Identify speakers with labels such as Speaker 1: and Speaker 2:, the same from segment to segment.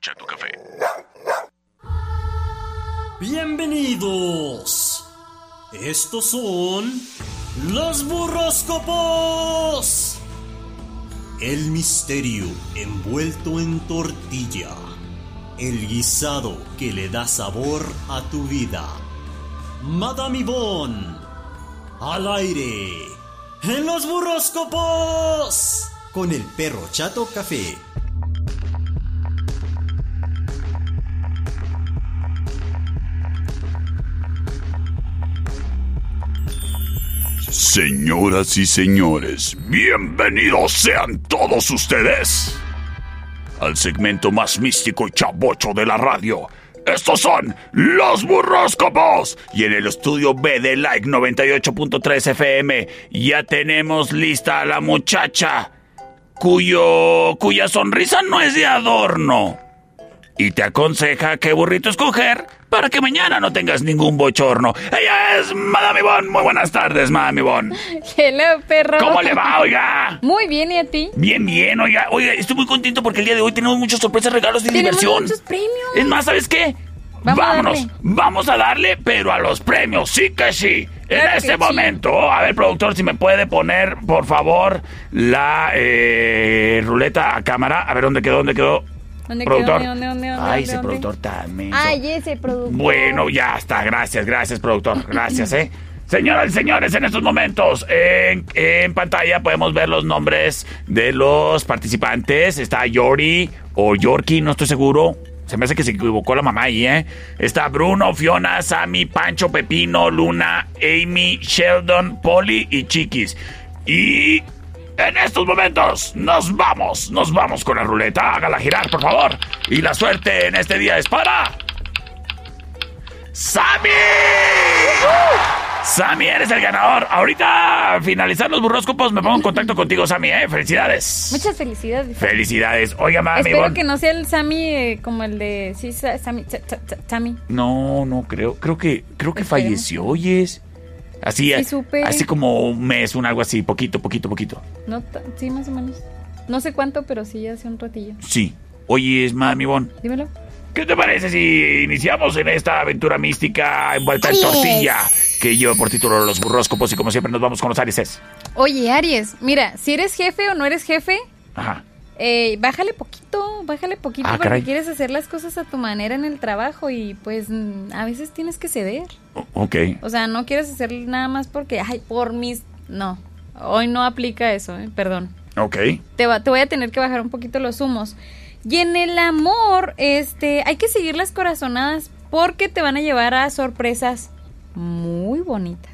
Speaker 1: echa tu café.
Speaker 2: Bienvenidos. Estos son los burroscopos. El misterio envuelto en tortilla. El guisado que le da sabor a tu vida. Madame Yvonne. Al aire. En los burroscopos. Con el perro chato café.
Speaker 3: Señoras y señores, bienvenidos sean todos ustedes al segmento más místico y chabocho de la radio. Estos son los burroscopos. Y en el estudio B de Like 98.3 FM ya tenemos lista a la muchacha cuyo cuya sonrisa no es de adorno. Y te aconseja qué burrito escoger para que mañana no tengas ningún bochorno. Ella es Madame Ivonne. Muy buenas tardes, Madame Ivonne.
Speaker 4: Hello, perro.
Speaker 3: ¿Cómo le va, oiga?
Speaker 4: Muy bien, ¿y a ti?
Speaker 3: Bien, bien, oiga. Oiga, estoy muy contento porque el día de hoy tenemos muchas sorpresas, regalos y
Speaker 4: Tenemos
Speaker 3: diversión.
Speaker 4: muchos premios.
Speaker 3: Es más, ¿sabes qué?
Speaker 4: Vamos a
Speaker 3: Vámonos,
Speaker 4: darle.
Speaker 3: vamos a darle, pero a los premios, sí que sí.
Speaker 4: Claro
Speaker 3: en
Speaker 4: que
Speaker 3: este
Speaker 4: sí.
Speaker 3: momento, a ver, productor, si me puede poner, por favor, la eh, ruleta a cámara. A ver, ¿dónde quedó? ¿Dónde quedó?
Speaker 4: ¿Dónde quedó?
Speaker 3: productor.
Speaker 4: ¿Dónde, dónde, dónde, dónde,
Speaker 3: Ay,
Speaker 4: dónde,
Speaker 3: ese
Speaker 4: dónde?
Speaker 3: productor también.
Speaker 4: Ay, ese producto.
Speaker 3: Bueno, ya está. Gracias, gracias, productor. Gracias, ¿eh? Señoras y señores, en estos momentos en, en pantalla podemos ver los nombres de los participantes. Está Yori o Yorki, no estoy seguro. Se me hace que se equivocó la mamá ahí, ¿eh? Está Bruno, Fiona, Sammy, Pancho, Pepino, Luna, Amy, Sheldon, Polly y Chiquis. Y en estos momentos nos vamos, nos vamos con la ruleta. Hágala girar, por favor. Y la suerte en este día es para... ¡Sammy! ¡Sammy, eres el ganador! Ahorita, al finalizar los burroscopos, me pongo en contacto contigo, Sammy, ¿eh? ¡Felicidades!
Speaker 4: Muchas felicidades.
Speaker 3: ¡Felicidades! Oiga, mami,
Speaker 4: Espero
Speaker 3: Ivonne.
Speaker 4: que no sea el Sammy eh, como el de. Sí, Sa- Sammy. Sa- Sa- Sa- Sammy.
Speaker 3: No, no creo. Creo que, creo que
Speaker 4: Esperemos.
Speaker 3: falleció, oyes. Así,
Speaker 4: Sí,
Speaker 3: eh,
Speaker 4: supe.
Speaker 3: así como un mes, un algo así, poquito, poquito, poquito.
Speaker 4: No, ta- sí, más o menos. No sé cuánto, pero sí hace un ratillo.
Speaker 3: Sí. Oyes, mami, Bon.
Speaker 4: Dímelo.
Speaker 3: ¿Qué te parece si iniciamos en esta aventura mística envuelta en
Speaker 4: Así es.
Speaker 3: tortilla? Que yo por título los burroscopos y como siempre nos vamos con los arises.
Speaker 4: Oye, Aries, mira, si eres jefe o no eres jefe,
Speaker 3: Ajá.
Speaker 4: eh, bájale poquito, bájale poquito
Speaker 3: Ah,
Speaker 4: porque
Speaker 3: caray.
Speaker 4: quieres hacer las cosas a tu manera en el trabajo y pues mm, a veces tienes que ceder.
Speaker 3: O- ok.
Speaker 4: O sea, no quieres hacer nada más porque, ay, por mis... No, hoy no aplica eso, eh, perdón.
Speaker 3: Ok.
Speaker 4: Te, va- te voy a tener que bajar un poquito los humos. Y en el amor, este, hay que seguir las corazonadas porque te van a llevar a sorpresas muy bonitas.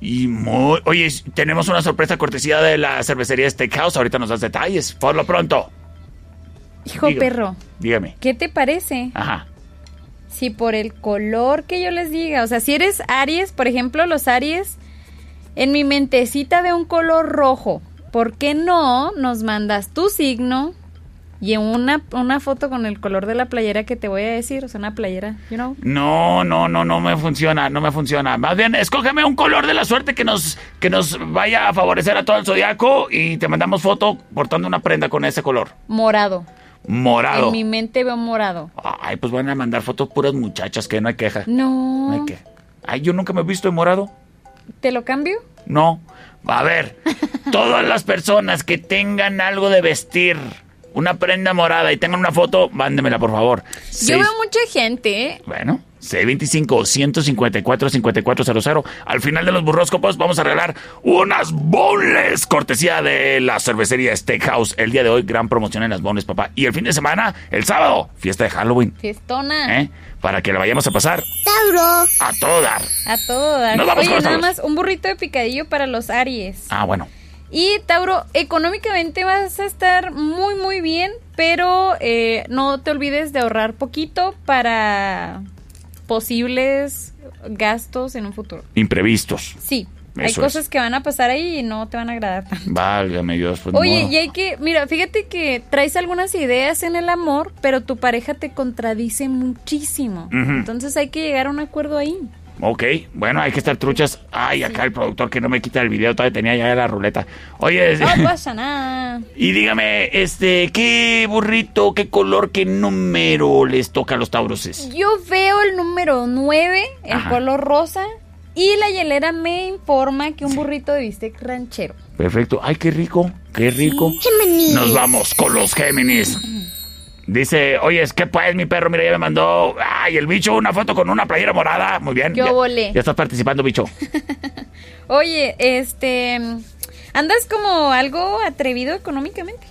Speaker 3: Y muy... Oye, tenemos una sorpresa cortesía de la cervecería Steakhouse. Ahorita nos das detalles. Por lo pronto.
Speaker 4: Hijo
Speaker 3: Dígame.
Speaker 4: perro,
Speaker 3: Dígame.
Speaker 4: ¿qué te parece?
Speaker 3: Ajá.
Speaker 4: Si por el color que yo les diga, o sea, si eres Aries, por ejemplo, los Aries, en mi mentecita veo un color rojo. ¿Por qué no nos mandas tu signo y una, una foto con el color de la playera que te voy a decir? O sea, una playera, you know.
Speaker 3: No, no, no, no me funciona, no me funciona. Más bien, escógeme un color de la suerte que nos, que nos vaya a favorecer a todo el zodiaco y te mandamos foto portando una prenda con ese color.
Speaker 4: Morado.
Speaker 3: Morado.
Speaker 4: En mi mente veo morado.
Speaker 3: Ay, pues van a mandar fotos puras muchachas, que no hay queja. No hay
Speaker 4: No.
Speaker 3: queja. Ay, yo nunca me he visto de morado.
Speaker 4: ¿Te lo cambio?
Speaker 3: No. A ver, todas las personas que tengan algo de vestir, una prenda morada y tengan una foto, mándemela, por favor.
Speaker 4: Yo
Speaker 3: Seis-
Speaker 4: veo mucha gente, ¿eh?
Speaker 3: Bueno, C25-154-5400. Al final de los burróscopos vamos a regalar unas bonles, cortesía de la cervecería Steakhouse. El día de hoy, gran promoción en las bonles, papá. Y el fin de semana, el sábado, fiesta de Halloween.
Speaker 4: Fiestona.
Speaker 3: ¿eh? Para que la vayamos a pasar
Speaker 5: Tauro,
Speaker 3: a todo dar.
Speaker 4: A todo dar.
Speaker 3: Nos vamos
Speaker 4: Oye,
Speaker 3: con los
Speaker 4: nada
Speaker 3: Tauros.
Speaker 4: más un burrito de picadillo para los Aries.
Speaker 3: Ah, bueno.
Speaker 4: Y Tauro, económicamente vas a estar muy, muy bien, pero eh, no te olvides de ahorrar poquito para posibles gastos en un futuro.
Speaker 3: Imprevistos.
Speaker 4: Sí, hay
Speaker 3: Eso es.
Speaker 4: cosas que van a pasar ahí y no te van a agradar tanto.
Speaker 3: Válgame Dios. pues, ni
Speaker 4: Oye,
Speaker 3: modo.
Speaker 4: y hay que, mira, fíjate que traes algunas ideas en el amor, pero tu pareja te contradice muchísimo.
Speaker 3: Ujú.
Speaker 4: Entonces hay que llegar a un acuerdo ahí.
Speaker 3: Ok, bueno, hay que estar truchas. Ay, acá el productor que no me quita el video, todavía tenía ya la ruleta. Oye, este,
Speaker 4: No pues. pasa nada.
Speaker 3: y dígame, este, ¿qué burrito, qué color, qué número les toca a los tauruses?
Speaker 4: Yo veo el número 9, el
Speaker 3: Ajá.
Speaker 4: color rosa, y la hielera me informa que un burrito de bistec ranchero.
Speaker 3: Perfecto. Ay, qué rico, qué rico. Nos vamos con los Géminis. Dice, oye, es que pues mi perro, mira, ya me mandó, ay, el bicho, una foto con una playera morada. Muy bien.
Speaker 4: Yo
Speaker 3: ya-
Speaker 4: volé.
Speaker 3: Ya estás participando, bicho.
Speaker 4: Oye, este. Andas como algo atrevido económicamente.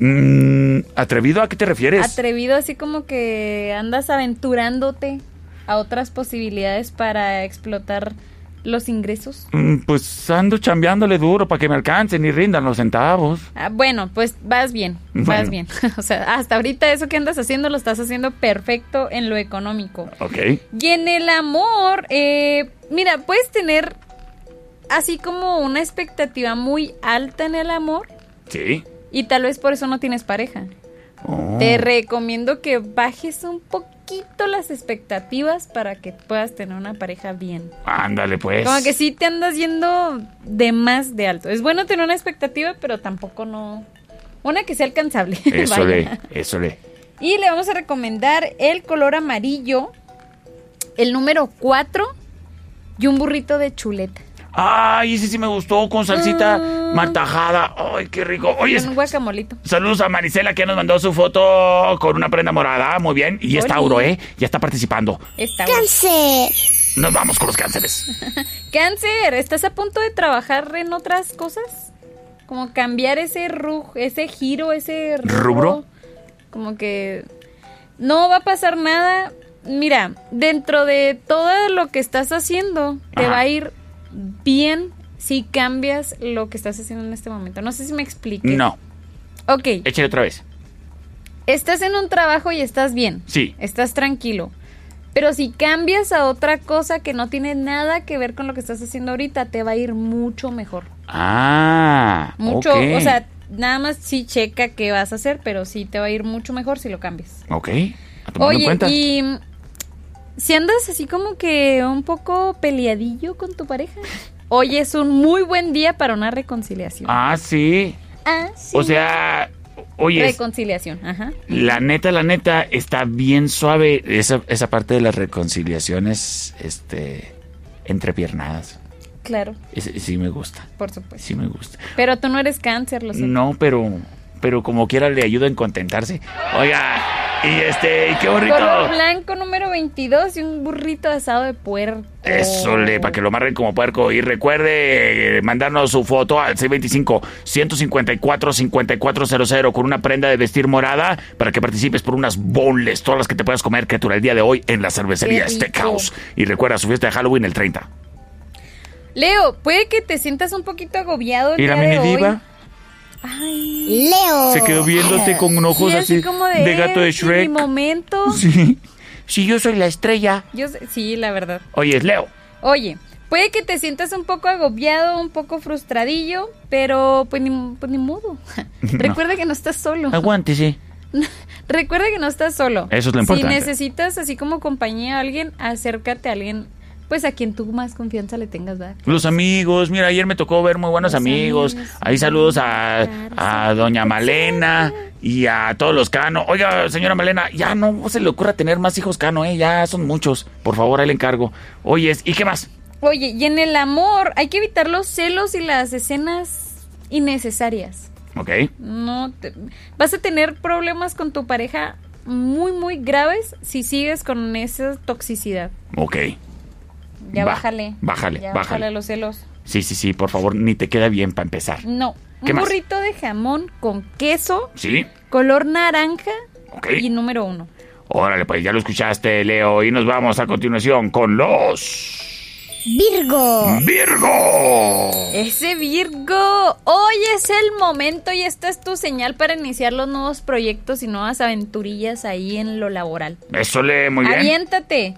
Speaker 3: Mm, ¿Atrevido a qué te refieres?
Speaker 4: Atrevido, así como que andas aventurándote a otras posibilidades para explotar los ingresos.
Speaker 3: Mm, pues ando chambeándole duro para que me alcancen y rindan los centavos.
Speaker 4: Ah, bueno, pues vas bien,
Speaker 3: Bueno.
Speaker 4: vas bien. O sea, hasta ahorita eso que andas haciendo lo estás haciendo perfecto en lo económico.
Speaker 3: Ok.
Speaker 4: Y en el amor, eh, mira, puedes tener así como una expectativa muy alta en el amor
Speaker 3: Sí.
Speaker 4: y tal vez por eso no tienes pareja.
Speaker 3: Oh.
Speaker 4: Te recomiendo que bajes un poquito las expectativas para que puedas tener una pareja bien.
Speaker 3: Ándale, pues.
Speaker 4: Como que sí te andas yendo de más de alto. Es bueno tener una expectativa, pero tampoco no. Una que sea alcanzable.
Speaker 3: Eso le,
Speaker 4: vaya.
Speaker 3: eso le.
Speaker 4: Y le vamos a recomendar el color amarillo, el número 4 y un burrito de chuleta.
Speaker 3: Ay, ese sí me gustó con salsita martajada. Ay, qué rico. Oye,
Speaker 4: Ah. Con un guacamolito.
Speaker 3: saludos a Marisela que nos mandó su foto con una prenda morada. Muy bien. Y es
Speaker 4: Oli.
Speaker 3: Tauro, ¿eh? Ya está participando.
Speaker 4: Está bueno.
Speaker 6: Cáncer.
Speaker 3: Nos vamos con los cánceres.
Speaker 4: Cáncer, ¿estás a punto de trabajar en otras cosas? Como cambiar ese ru- ese giro, ese
Speaker 3: ¿Rubro?
Speaker 4: Como que no va a pasar nada. Mira, dentro de todo lo que estás haciendo, te
Speaker 3: Ajá.
Speaker 4: va a ir bien si cambias lo que estás haciendo en este momento. No sé si me expliqué.
Speaker 3: No,
Speaker 4: Ok,
Speaker 3: échale otra vez.
Speaker 4: estás en un trabajo y estás bien.
Speaker 3: Sí.
Speaker 4: Estás tranquilo. Pero si cambias a otra cosa que no tiene nada que ver con lo que estás haciendo ahorita, te va a ir mucho mejor.
Speaker 3: Ah.
Speaker 4: Mucho,
Speaker 3: ok.
Speaker 4: o sea, nada más sí checa qué vas a hacer, pero sí te va a ir mucho mejor si lo cambias.
Speaker 3: Ok. A tomarlo en
Speaker 4: Oye,
Speaker 3: cuenta.
Speaker 4: y mm, si andas así como que un poco peleadillo con tu pareja, hoy es un muy buen día para una reconciliación.
Speaker 3: Ah, sí.
Speaker 4: Ah, sí.
Speaker 3: O sea, oye,
Speaker 4: reconciliación, ajá.
Speaker 3: la neta, la neta, está bien suave esa, esa parte de las reconciliaciones, este, entrepiernadas.
Speaker 4: Claro,
Speaker 3: Ese- sí me gusta,
Speaker 4: por supuesto.
Speaker 3: sí me gusta.
Speaker 4: Pero tú no eres cáncer, lo sé.
Speaker 3: No, pero, pero como quiera le ayuda en contentarse. Oiga, y este, y qué bonito.
Speaker 4: Color blanco número 22 y un burrito asado de puerco.
Speaker 3: Eso le, para que lo marren como puerco. Y recuerde eh, mandarnos su foto al 625-154-5400 con una prenda de vestir morada para que participes por unas bonles, todas las que te puedas comer, criatura, el día de hoy en la cervecería
Speaker 4: Qué rico.
Speaker 3: Steakhouse. Y recuerda su fiesta de Halloween el 30.
Speaker 4: Leo, puede que te sientas un poquito agobiado el
Speaker 3: Y la
Speaker 4: día Pues de
Speaker 3: mini
Speaker 4: hoy.
Speaker 3: diva
Speaker 4: Ay,
Speaker 6: Leo.
Speaker 3: se quedó viéndote con ojos
Speaker 4: sí,
Speaker 3: así,
Speaker 4: como
Speaker 3: de, gato de
Speaker 4: "Eh, sí, Mi
Speaker 3: Shrek.
Speaker 4: momento.
Speaker 3: Sí. Sí, yo soy la estrella.
Speaker 4: Yo sé- sí, la verdad.
Speaker 3: Oye, Leo.
Speaker 4: Oye, puede que te sientas un poco agobiado, un poco frustradillo, pero pues ni, pues, ni modo. Recuerda que no estás solo.
Speaker 3: Aguántese.
Speaker 4: Recuerda que no estás solo.
Speaker 3: Eso es lo importante.
Speaker 4: Si necesitas así como compañía a alguien, acércate a alguien, pues a quien tú más confianza le tengas, ¿verdad?
Speaker 3: Los amigos, mira, ayer me tocó ver muy buenos
Speaker 4: Los
Speaker 3: amigos.
Speaker 4: amigos.
Speaker 3: Ahí saludos a, a doña Malena y a todos los Cano. Oiga, señora Malena, ya no se le ocurra tener más hijos Cano, ¿eh? Ya son muchos. Por favor, ahí le encargo. Oyes, ¿y qué más?
Speaker 4: Oye, y en el amor hay que evitar los celos y las escenas innecesarias.
Speaker 3: Ok.
Speaker 4: No te- vas a tener problemas con tu pareja muy muy graves si sigues con esa toxicidad.
Speaker 3: Ok.
Speaker 4: Ya
Speaker 3: Va,
Speaker 4: bájale.
Speaker 3: bájale,
Speaker 4: Ya
Speaker 3: bájale.
Speaker 4: bájale los celos.
Speaker 3: Sí, sí, sí, por favor, ni te queda bien para empezar.
Speaker 4: No,
Speaker 3: ¿Qué
Speaker 4: un
Speaker 3: más?
Speaker 4: burrito de jamón con queso,
Speaker 3: ¿Sí?
Speaker 4: color naranja
Speaker 3: Ok.
Speaker 4: y número uno.
Speaker 3: Órale, pues ya lo escuchaste, Leo. Y nos vamos a continuación con los
Speaker 6: Virgo.
Speaker 3: Virgo.
Speaker 4: Ese Virgo, hoy es el momento y esta es tu señal para iniciar los nuevos proyectos y nuevas aventurillas ahí en lo laboral.
Speaker 3: Eso le muy bien.
Speaker 4: Aviéntate.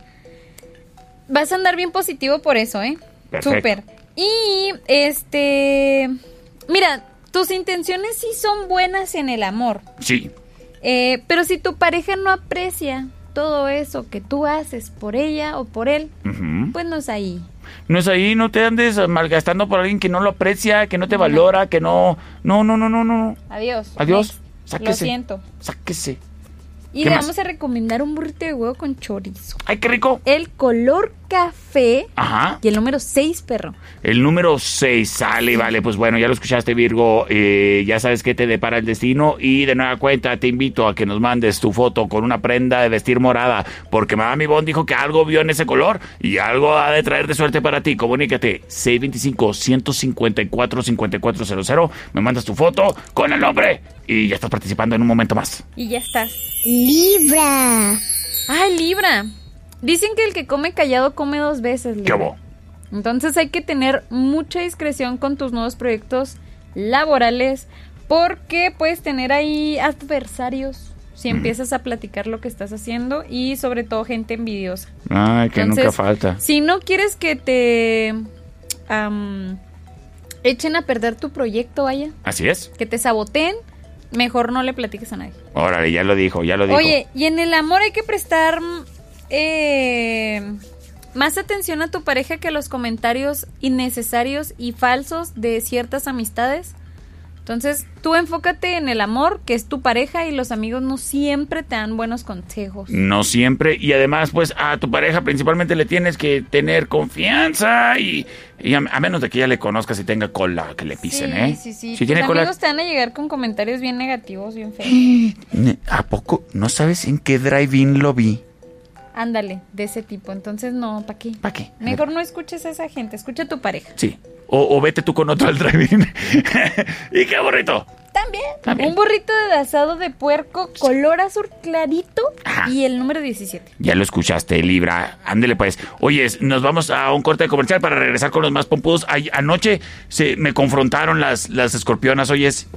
Speaker 4: Vas a andar bien positivo por eso, ¿eh?
Speaker 3: Perfecto.
Speaker 4: Súper. Y este. Mira, tus intenciones sí son buenas en el amor.
Speaker 3: Sí.
Speaker 4: eh, pero si tu pareja no aprecia todo eso que tú haces por ella o por él, pues no es ahí.
Speaker 3: No es ahí, no te andes malgastando por alguien que no lo aprecia, que no te valora, que no. No, no, no, no, no.
Speaker 4: Adiós.
Speaker 3: Adiós.
Speaker 4: Next.
Speaker 3: Sáquese.
Speaker 4: Lo siento.
Speaker 3: Sáquese.
Speaker 4: Y
Speaker 3: ¿Qué
Speaker 4: le
Speaker 3: más?
Speaker 4: vamos a recomendar un burrito de huevo con chorizo.
Speaker 3: ¡Ay, qué rico!
Speaker 4: El color café
Speaker 3: Ajá.
Speaker 4: y el número 6, perro.
Speaker 3: El número 6 sale, vale, pues bueno, ya lo escuchaste Virgo, eh, ya sabes qué te depara el destino y de nueva cuenta te invito a que nos mandes tu foto con una prenda de vestir morada, porque Madame Bond dijo que algo vio en ese color y algo ha de traer de suerte para ti. Comunícate 625-154-5400, me mandas tu foto con el nombre y ya estás participando en un momento más.
Speaker 4: Y ya estás.
Speaker 6: Libra.
Speaker 4: ¡Ah, Libra! Dicen que el que come callado come dos veces,
Speaker 3: ¿Qué
Speaker 4: Libra.
Speaker 3: hubo?
Speaker 4: Entonces hay que tener mucha discreción con tus nuevos proyectos laborales porque puedes tener ahí adversarios si empiezas a platicar lo que estás haciendo y sobre todo gente envidiosa.
Speaker 3: Ay, que nunca
Speaker 4: Entonces,
Speaker 3: falta.
Speaker 4: Si no quieres que te am, echen a perder tu proyecto, vaya,
Speaker 3: Así es.
Speaker 4: que te saboteen, mejor no le platiques a nadie.
Speaker 3: Órale, ya lo dijo, ya lo dijo.
Speaker 4: Oye, y en el amor hay que prestar mm, eh, más atención a tu pareja que a los comentarios innecesarios y falsos de ciertas amistades. Entonces, tú enfócate en el amor, que es tu pareja, y los amigos no siempre te dan buenos consejos.
Speaker 3: No siempre. Y además, pues a tu pareja principalmente le tienes que tener confianza y, y a, a menos de que ya le conozcas y tenga cola que le pisen,
Speaker 4: sí,
Speaker 3: ¿eh?
Speaker 4: sí, sí.
Speaker 3: Si
Speaker 4: Tus
Speaker 3: tiene cola. ¡Eh!
Speaker 4: amigos te van a llegar con comentarios bien negativos, bien feos.
Speaker 3: Ne- ¿A poco no sabes en qué drive-in lo vi?
Speaker 4: Ándale, de ese tipo. Entonces, no, ¿para qué?
Speaker 3: ¿Para qué?
Speaker 4: Mejor no escuches a esa gente, escucha a tu pareja.
Speaker 3: Sí. O, o vete tú con otro al drive-in. y qué bonito.
Speaker 4: También.
Speaker 3: También.
Speaker 4: Un burrito de asado de puerco color azul clarito
Speaker 3: Ajá.
Speaker 4: y el número 17.
Speaker 3: Ya lo escuchaste, Libra. Ándele pues. Oye, nos vamos a un corte comercial para regresar con los más pompudos. Ay- anoche se me confrontaron las, las escorpionas, oyes.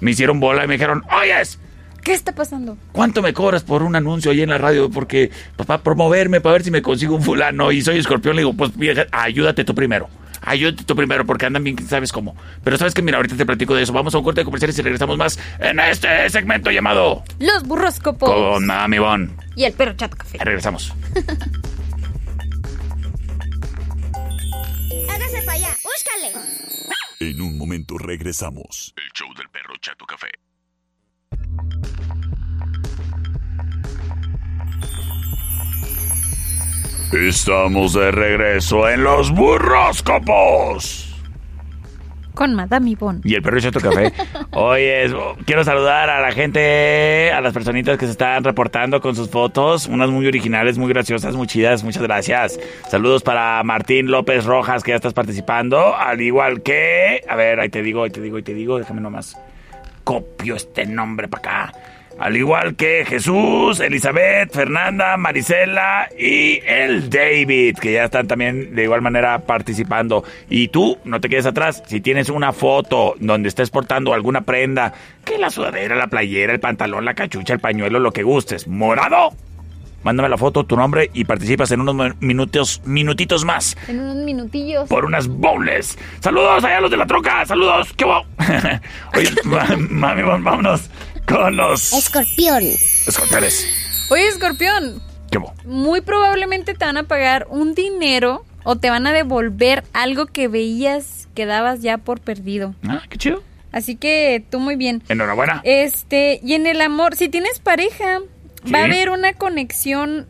Speaker 3: Me hicieron bola y me dijeron, oyes,
Speaker 4: ¿Qué está pasando?
Speaker 3: ¿Cuánto me cobras por un anuncio ahí en la radio? Porque, papá, promoverme para ver si me consigo un fulano y soy escorpión. Le digo, pues vieja, ayúdate tú primero. Ayúdate tú primero porque andan bien, sabes cómo. Pero sabes que, mira, ahorita te platico de eso. Vamos a un corte de comerciales y regresamos más en este segmento llamado
Speaker 4: Los burroscopos
Speaker 3: Con Mami Bon.
Speaker 4: y el perro chato café.
Speaker 3: Ahí Regresamos.
Speaker 6: Hágase para allá. Búscale.
Speaker 7: En un momento regresamos. El show del perro Chato Café. Estamos de regreso en los burroscopos.
Speaker 4: Con Madame Yvonne.
Speaker 3: Y el perro Chato Café. Oye, es- quiero saludar a la gente, a las personitas que se están reportando con sus fotos. Unas muy originales, muy graciosas, muy chidas. Muchas gracias. Saludos para Martín López Rojas, que ya estás participando. Al igual que. A ver, ahí te digo, ahí te digo, ahí te digo. Déjame nomás. Copio este nombre para acá. Al igual que Jesús, Elizabeth, Fernanda, Marisela y el David, que ya están también de igual manera participando. Y tú, no te quedes atrás. Si tienes una foto donde estés portando alguna prenda, que la sudadera, la playera, el pantalón, la cachucha, el pañuelo, lo que gustes, morado, mándame la foto, tu nombre y participas en unos mo- minutos, minutitos más
Speaker 4: En unos minutillos.
Speaker 3: por unas bowls. Saludos allá a los de la troca, saludos, qué guau. Oye, ma- mami, vam- vámonos con los
Speaker 6: Escorpión.
Speaker 3: escorpiones.
Speaker 4: Oye, escorpión,
Speaker 3: Qué guau.
Speaker 4: muy probablemente te van a pagar un dinero o te van a devolver algo que veías que dabas ya por perdido.
Speaker 3: Ah, qué chido.
Speaker 4: Así que tú muy bien.
Speaker 3: Enhorabuena.
Speaker 4: Este, y en el amor, si tienes pareja,
Speaker 3: Sí.
Speaker 4: va a haber una conexión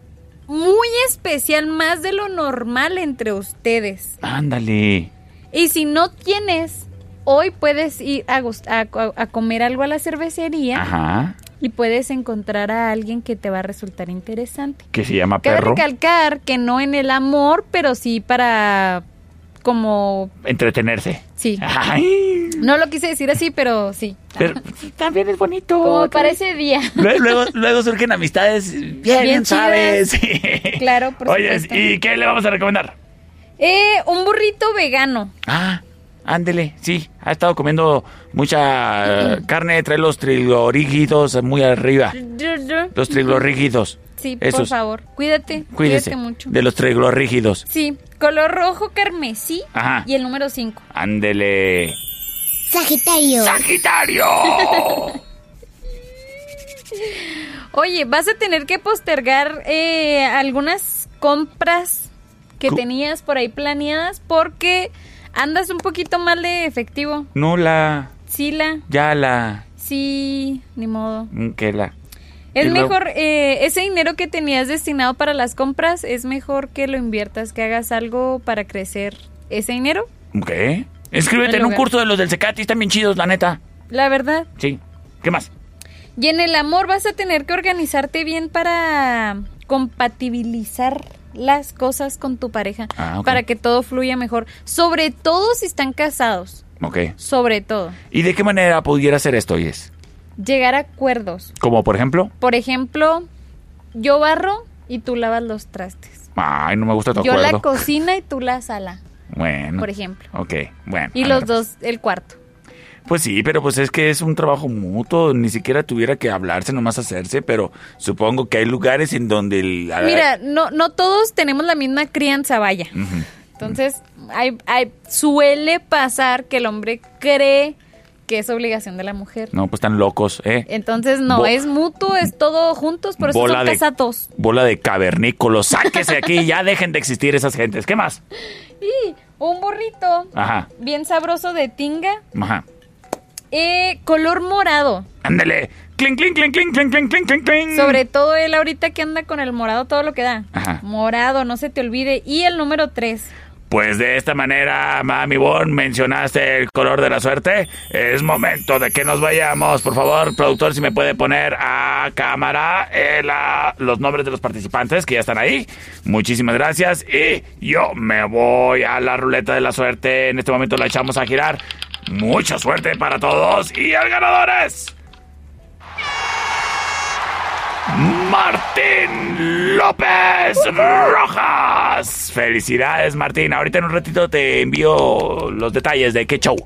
Speaker 4: muy especial, más de lo normal entre ustedes.
Speaker 3: Ándale.
Speaker 4: Y si no tienes, hoy puedes ir a, gust- a- a- a comer algo a la cervecería
Speaker 3: Ajá.
Speaker 4: y puedes encontrar a alguien que te va a resultar interesante.
Speaker 3: Que se llama
Speaker 4: Cabe
Speaker 3: perro.
Speaker 4: recalcar que no en el amor, pero sí para como
Speaker 3: Entretenerse.
Speaker 4: sí.
Speaker 3: Ay.
Speaker 4: No lo quise decir así, pero sí.
Speaker 3: Pero también es bonito.
Speaker 4: Como para ese día.
Speaker 3: Lue- Luego, luego surgen amistades bien,
Speaker 4: Bien
Speaker 3: ¿sabes?
Speaker 4: chidas. Claro, por
Speaker 3: Oye,
Speaker 4: supuesto.
Speaker 3: ¿y qué le vamos a recomendar?
Speaker 4: Eh, un burrito vegano.
Speaker 3: Ah, ándele, sí, ha estado comiendo mucha eh, carne, trae los trilorígidos muy arriba. Los trilorígidos.
Speaker 4: Sí, por
Speaker 3: Esos.
Speaker 4: favor. Cuídate.
Speaker 3: Cuídese.
Speaker 4: Cuídate mucho.
Speaker 3: De los trilorígidos.
Speaker 4: Sí, color rojo carmesí
Speaker 3: Ajá.
Speaker 4: y el número 5.
Speaker 3: Ándele.
Speaker 6: Sagitario.
Speaker 3: ¡Sagitario!
Speaker 4: Oye, vas a tener que postergar eh, algunas compras que
Speaker 3: Co-
Speaker 4: tenías por ahí planeadas porque andas un poquito mal de efectivo.
Speaker 3: Nula,
Speaker 4: Sí, la,
Speaker 3: yala,
Speaker 4: sí, ni modo.
Speaker 3: que la. Y
Speaker 4: Es
Speaker 3: luego-
Speaker 4: mejor, eh, ese dinero que tenías destinado para las compras, es mejor que lo inviertas, que hagas algo para crecer ese dinero.
Speaker 3: ¿Qué? Inscríbete
Speaker 4: En
Speaker 3: en un
Speaker 4: lugar.
Speaker 3: curso de los del Cecati, están bien chidos, la neta.
Speaker 4: La verdad.
Speaker 3: Sí. ¿Qué más?
Speaker 4: Y en el amor vas a tener que organizarte bien para compatibilizar las cosas con tu pareja,
Speaker 3: Ah, ok.
Speaker 4: para que todo fluya mejor, sobre todo si están casados,
Speaker 3: Ok.
Speaker 4: sobre todo.
Speaker 3: ¿Y de qué manera pudiera hacer esto, Yes?
Speaker 4: Llegar a acuerdos.
Speaker 3: Como por ejemplo.
Speaker 4: Por ejemplo, yo barro y tú lavas los trastes.
Speaker 3: Ay, no me gusta tu
Speaker 4: Yo
Speaker 3: acuerdo.
Speaker 4: la cocina y tú la sala,
Speaker 3: bueno.
Speaker 4: por ejemplo.
Speaker 3: Ok, bueno.
Speaker 4: Y
Speaker 3: a
Speaker 4: los
Speaker 3: ver.
Speaker 4: dos el cuarto.
Speaker 3: Pues sí, pero pues es que es un trabajo mutuo, ni siquiera tuviera que hablarse, nomás hacerse, pero supongo que hay lugares en donde... el-
Speaker 4: Mira, no, no todos tenemos la misma crianza, vaya. Entonces, hay, hay- suele pasar que el hombre cree que es obligación de la mujer.
Speaker 3: No, pues están locos, ¿eh?
Speaker 4: Entonces, no,
Speaker 3: Bo-
Speaker 4: es mutuo, es todo juntos, por eso son casados.
Speaker 3: Bola de cavernícolos, sáquese de aquí, ya dejen de existir esas gentes. ¿Qué más?
Speaker 4: Y un burrito
Speaker 3: Ajá,
Speaker 4: bien sabroso de tinga,
Speaker 3: ajá.
Speaker 4: eh, color morado.
Speaker 3: Ándale. Cling, cling, cling, cling, cling, cling, cling, cling, cling.
Speaker 4: Sobre todo él ahorita que anda con el morado, todo lo que da.
Speaker 3: Ajá.
Speaker 4: Morado, no se te olvide. Y el número tres.
Speaker 3: Pues de esta manera, Mami Bon, mencionaste el color de la suerte. Es momento de que nos vayamos. Por favor, productor, si me puede poner a cámara eh, la- los nombres de los participantes que ya están ahí. Muchísimas gracias. Y yo me voy a la ruleta de la suerte. En este momento la echamos a girar. Mucha suerte para todos. Y el ganador es... Martín López Rojas. Felicidades, Martín. Ahorita en un ratito te envío los detalles de qué show.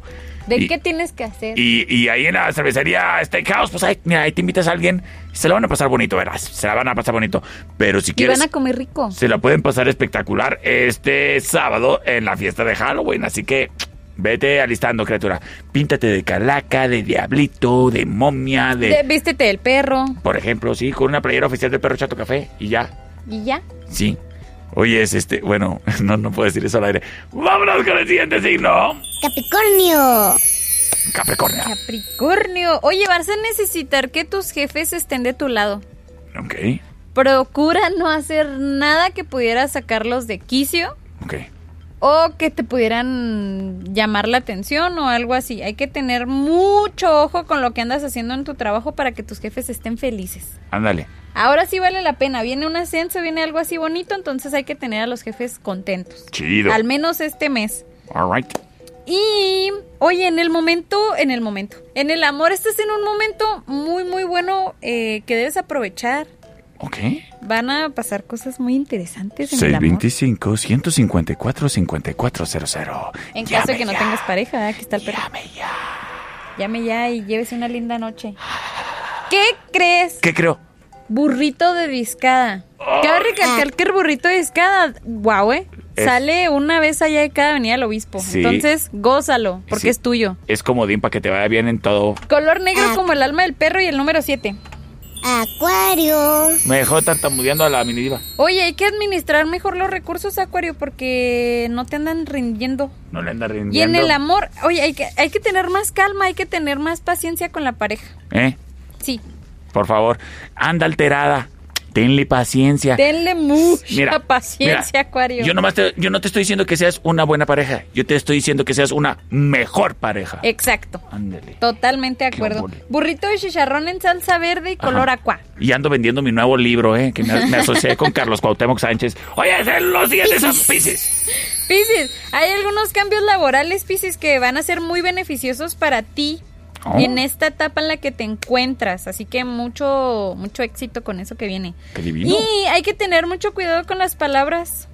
Speaker 4: ¿De
Speaker 3: Y-
Speaker 4: qué tienes que hacer?
Speaker 3: Y, y ahí en la cervecería Steakhouse, pues ahí, mira, ahí te invitas a alguien. Se la van a pasar bonito, verás. Se la van a pasar bonito. Pero si
Speaker 4: Y
Speaker 3: quieres,
Speaker 4: van a comer rico.
Speaker 3: se la pueden pasar espectacular este sábado en la fiesta de Halloween. Así que vete alistando, criatura. Píntate de calaca, de diablito, de momia, de...
Speaker 4: De- vístete el perro
Speaker 3: Por ejemplo, sí, con una playera oficial del perro Chato Café y ya.
Speaker 4: y ya.
Speaker 3: Sí. Oye, es este. Bueno, no, no puedo decir eso al aire. ¡Vámonos con el siguiente signo!
Speaker 6: Capricornio.
Speaker 3: Capricornio.
Speaker 4: Capricornio. Oye, vas a necesitar que tus jefes estén de tu lado.
Speaker 3: Ok,
Speaker 4: Procura no hacer nada que pudiera sacarlos de quicio
Speaker 3: ok.
Speaker 4: o que te pudieran llamar la atención o algo así. Hay que tener mucho ojo con lo que andas haciendo en tu trabajo para que tus jefes estén felices.
Speaker 3: Ándale.
Speaker 4: Ahora sí vale la pena. Viene un ascenso, viene algo así bonito, entonces hay que tener a los jefes contentos.
Speaker 3: Chido.
Speaker 4: Al menos este mes.
Speaker 3: All right.
Speaker 4: Y, oye, en el momento, en el momento, en el amor estás en un momento muy, muy bueno eh, que debes aprovechar.
Speaker 3: Ok.
Speaker 4: Van a pasar cosas muy interesantes en el amor.
Speaker 3: 625-154-5400.
Speaker 4: En caso de que no tengas pareja, ¿verdad? aquí está el perro.
Speaker 3: Llame ya.
Speaker 4: Llame ya y llévese una linda noche. ¿Qué crees?
Speaker 3: ¿Qué creo?
Speaker 4: Burrito de discada. Cabe recalcar que el burrito de discada, guau, eh.
Speaker 3: Es-
Speaker 4: Sale una vez allá de cada avenida del obispo.
Speaker 3: Sí.
Speaker 4: Entonces, gózalo, porque
Speaker 3: Sí.
Speaker 4: es tuyo.
Speaker 3: Es comodín para que te vaya bien en todo.
Speaker 4: Color negro
Speaker 6: Ah.
Speaker 4: como el alma del perro y el número 7.
Speaker 6: Acuario.
Speaker 3: Me dejó tartamudeando a la minidiva.
Speaker 4: Oye, hay que administrar mejor los recursos, Acuario, porque no te andan rindiendo.
Speaker 3: No le anda rindiendo.
Speaker 4: Y en el amor, oye, hay que, hay que tener más calma, hay que tener más paciencia con la pareja.
Speaker 3: ¿Eh?
Speaker 4: Sí.
Speaker 3: Por favor, anda alterada. Tenle paciencia.
Speaker 4: Denle mucha
Speaker 3: Ah. Mira,
Speaker 4: paciencia,
Speaker 3: mira,
Speaker 4: Acuario.
Speaker 3: Yo, nomás te- yo no te estoy diciendo que seas una buena pareja. Yo te estoy diciendo que seas una mejor pareja.
Speaker 4: Exacto.
Speaker 3: Ándale.
Speaker 4: Totalmente de
Speaker 3: Qué
Speaker 4: acuerdo.
Speaker 3: obole.
Speaker 4: Burrito de chicharrón en salsa verde y
Speaker 3: Ajá.
Speaker 4: color aqua.
Speaker 3: Y ando vendiendo mi nuevo libro, ¿eh? Que me, me asocié con Carlos Cuauhtémoc Sánchez. Oye, es el- los siguientes son Pisces.
Speaker 4: Piscis, hay algunos cambios laborales, Piscis, que van a ser muy beneficiosos para ti
Speaker 3: Oh.
Speaker 4: en esta etapa en la que te encuentras. Así que mucho, mucho éxito con eso que viene.
Speaker 3: Qué divino.
Speaker 4: Y hay que tener mucho cuidado con las palabras,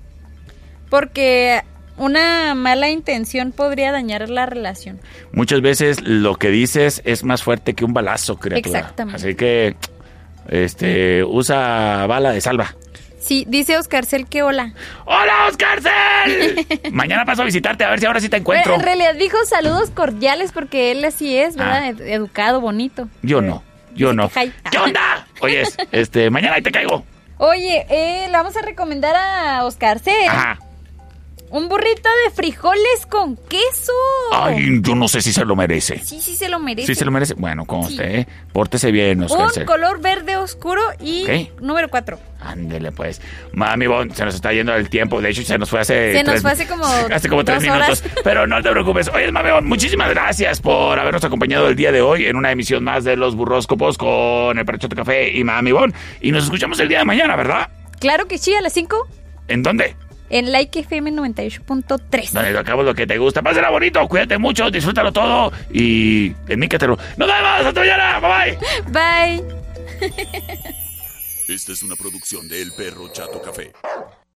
Speaker 4: porque una mala intención podría dañar la relación.
Speaker 3: Muchas veces lo que dices es más fuerte que un balazo, criatura.
Speaker 4: Exactamente.
Speaker 3: Así que, este, usa bala de salva.
Speaker 4: Sí, dice Oscar Cel que hola.
Speaker 3: ¡Hola, Oscarcel! Mañana paso a visitarte a ver si ahora sí te encuentro.
Speaker 4: Bueno, en realidad dijo saludos cordiales porque él así es, ¿verdad?
Speaker 3: Ah.
Speaker 4: Ed- Educado, bonito.
Speaker 3: Yo no, yo
Speaker 4: Dice
Speaker 3: no.
Speaker 4: que hi.
Speaker 3: ¿Qué onda? Oye, este, mañana ahí te caigo.
Speaker 4: Oye, eh, le vamos a recomendar a Oscar C.
Speaker 3: Ajá.
Speaker 4: Un burrito de frijoles con queso.
Speaker 3: Ay, yo no sé si se lo merece.
Speaker 4: Sí, sí se lo merece.
Speaker 3: ¿Sí se lo merece? Bueno, conste,
Speaker 4: Sí.
Speaker 3: ¿eh? Pórtese bien, Oscar.
Speaker 4: Un color verde oscuro y
Speaker 3: Ok.
Speaker 4: número 4.
Speaker 3: Ándele, pues. Mami Bon, se nos está yendo el tiempo. De hecho, se nos fue hace.
Speaker 4: Se nos fue hace como
Speaker 3: Hace como tres
Speaker 4: dos
Speaker 3: minutos.
Speaker 4: horas.
Speaker 3: Pero no te preocupes. Oye, Mami Bon, muchísimas gracias por habernos acompañado el día de hoy en una emisión más de los burróscopos con el Perchote Café y Mami Bon. Y nos escuchamos el día de mañana, ¿verdad?
Speaker 4: Claro que sí, a las 5
Speaker 3: ¿En dónde?
Speaker 4: en Like FM 98.3.
Speaker 3: Donde acabamos lo que te gusta. Pásala bonito, cuídate mucho, disfrútalo todo y enmíquetelo. ¡Nos vemos! ¡Hasta mañana! ¡Bye bye!
Speaker 4: Bye.
Speaker 7: Esta es una producción de El Perro Chato Café.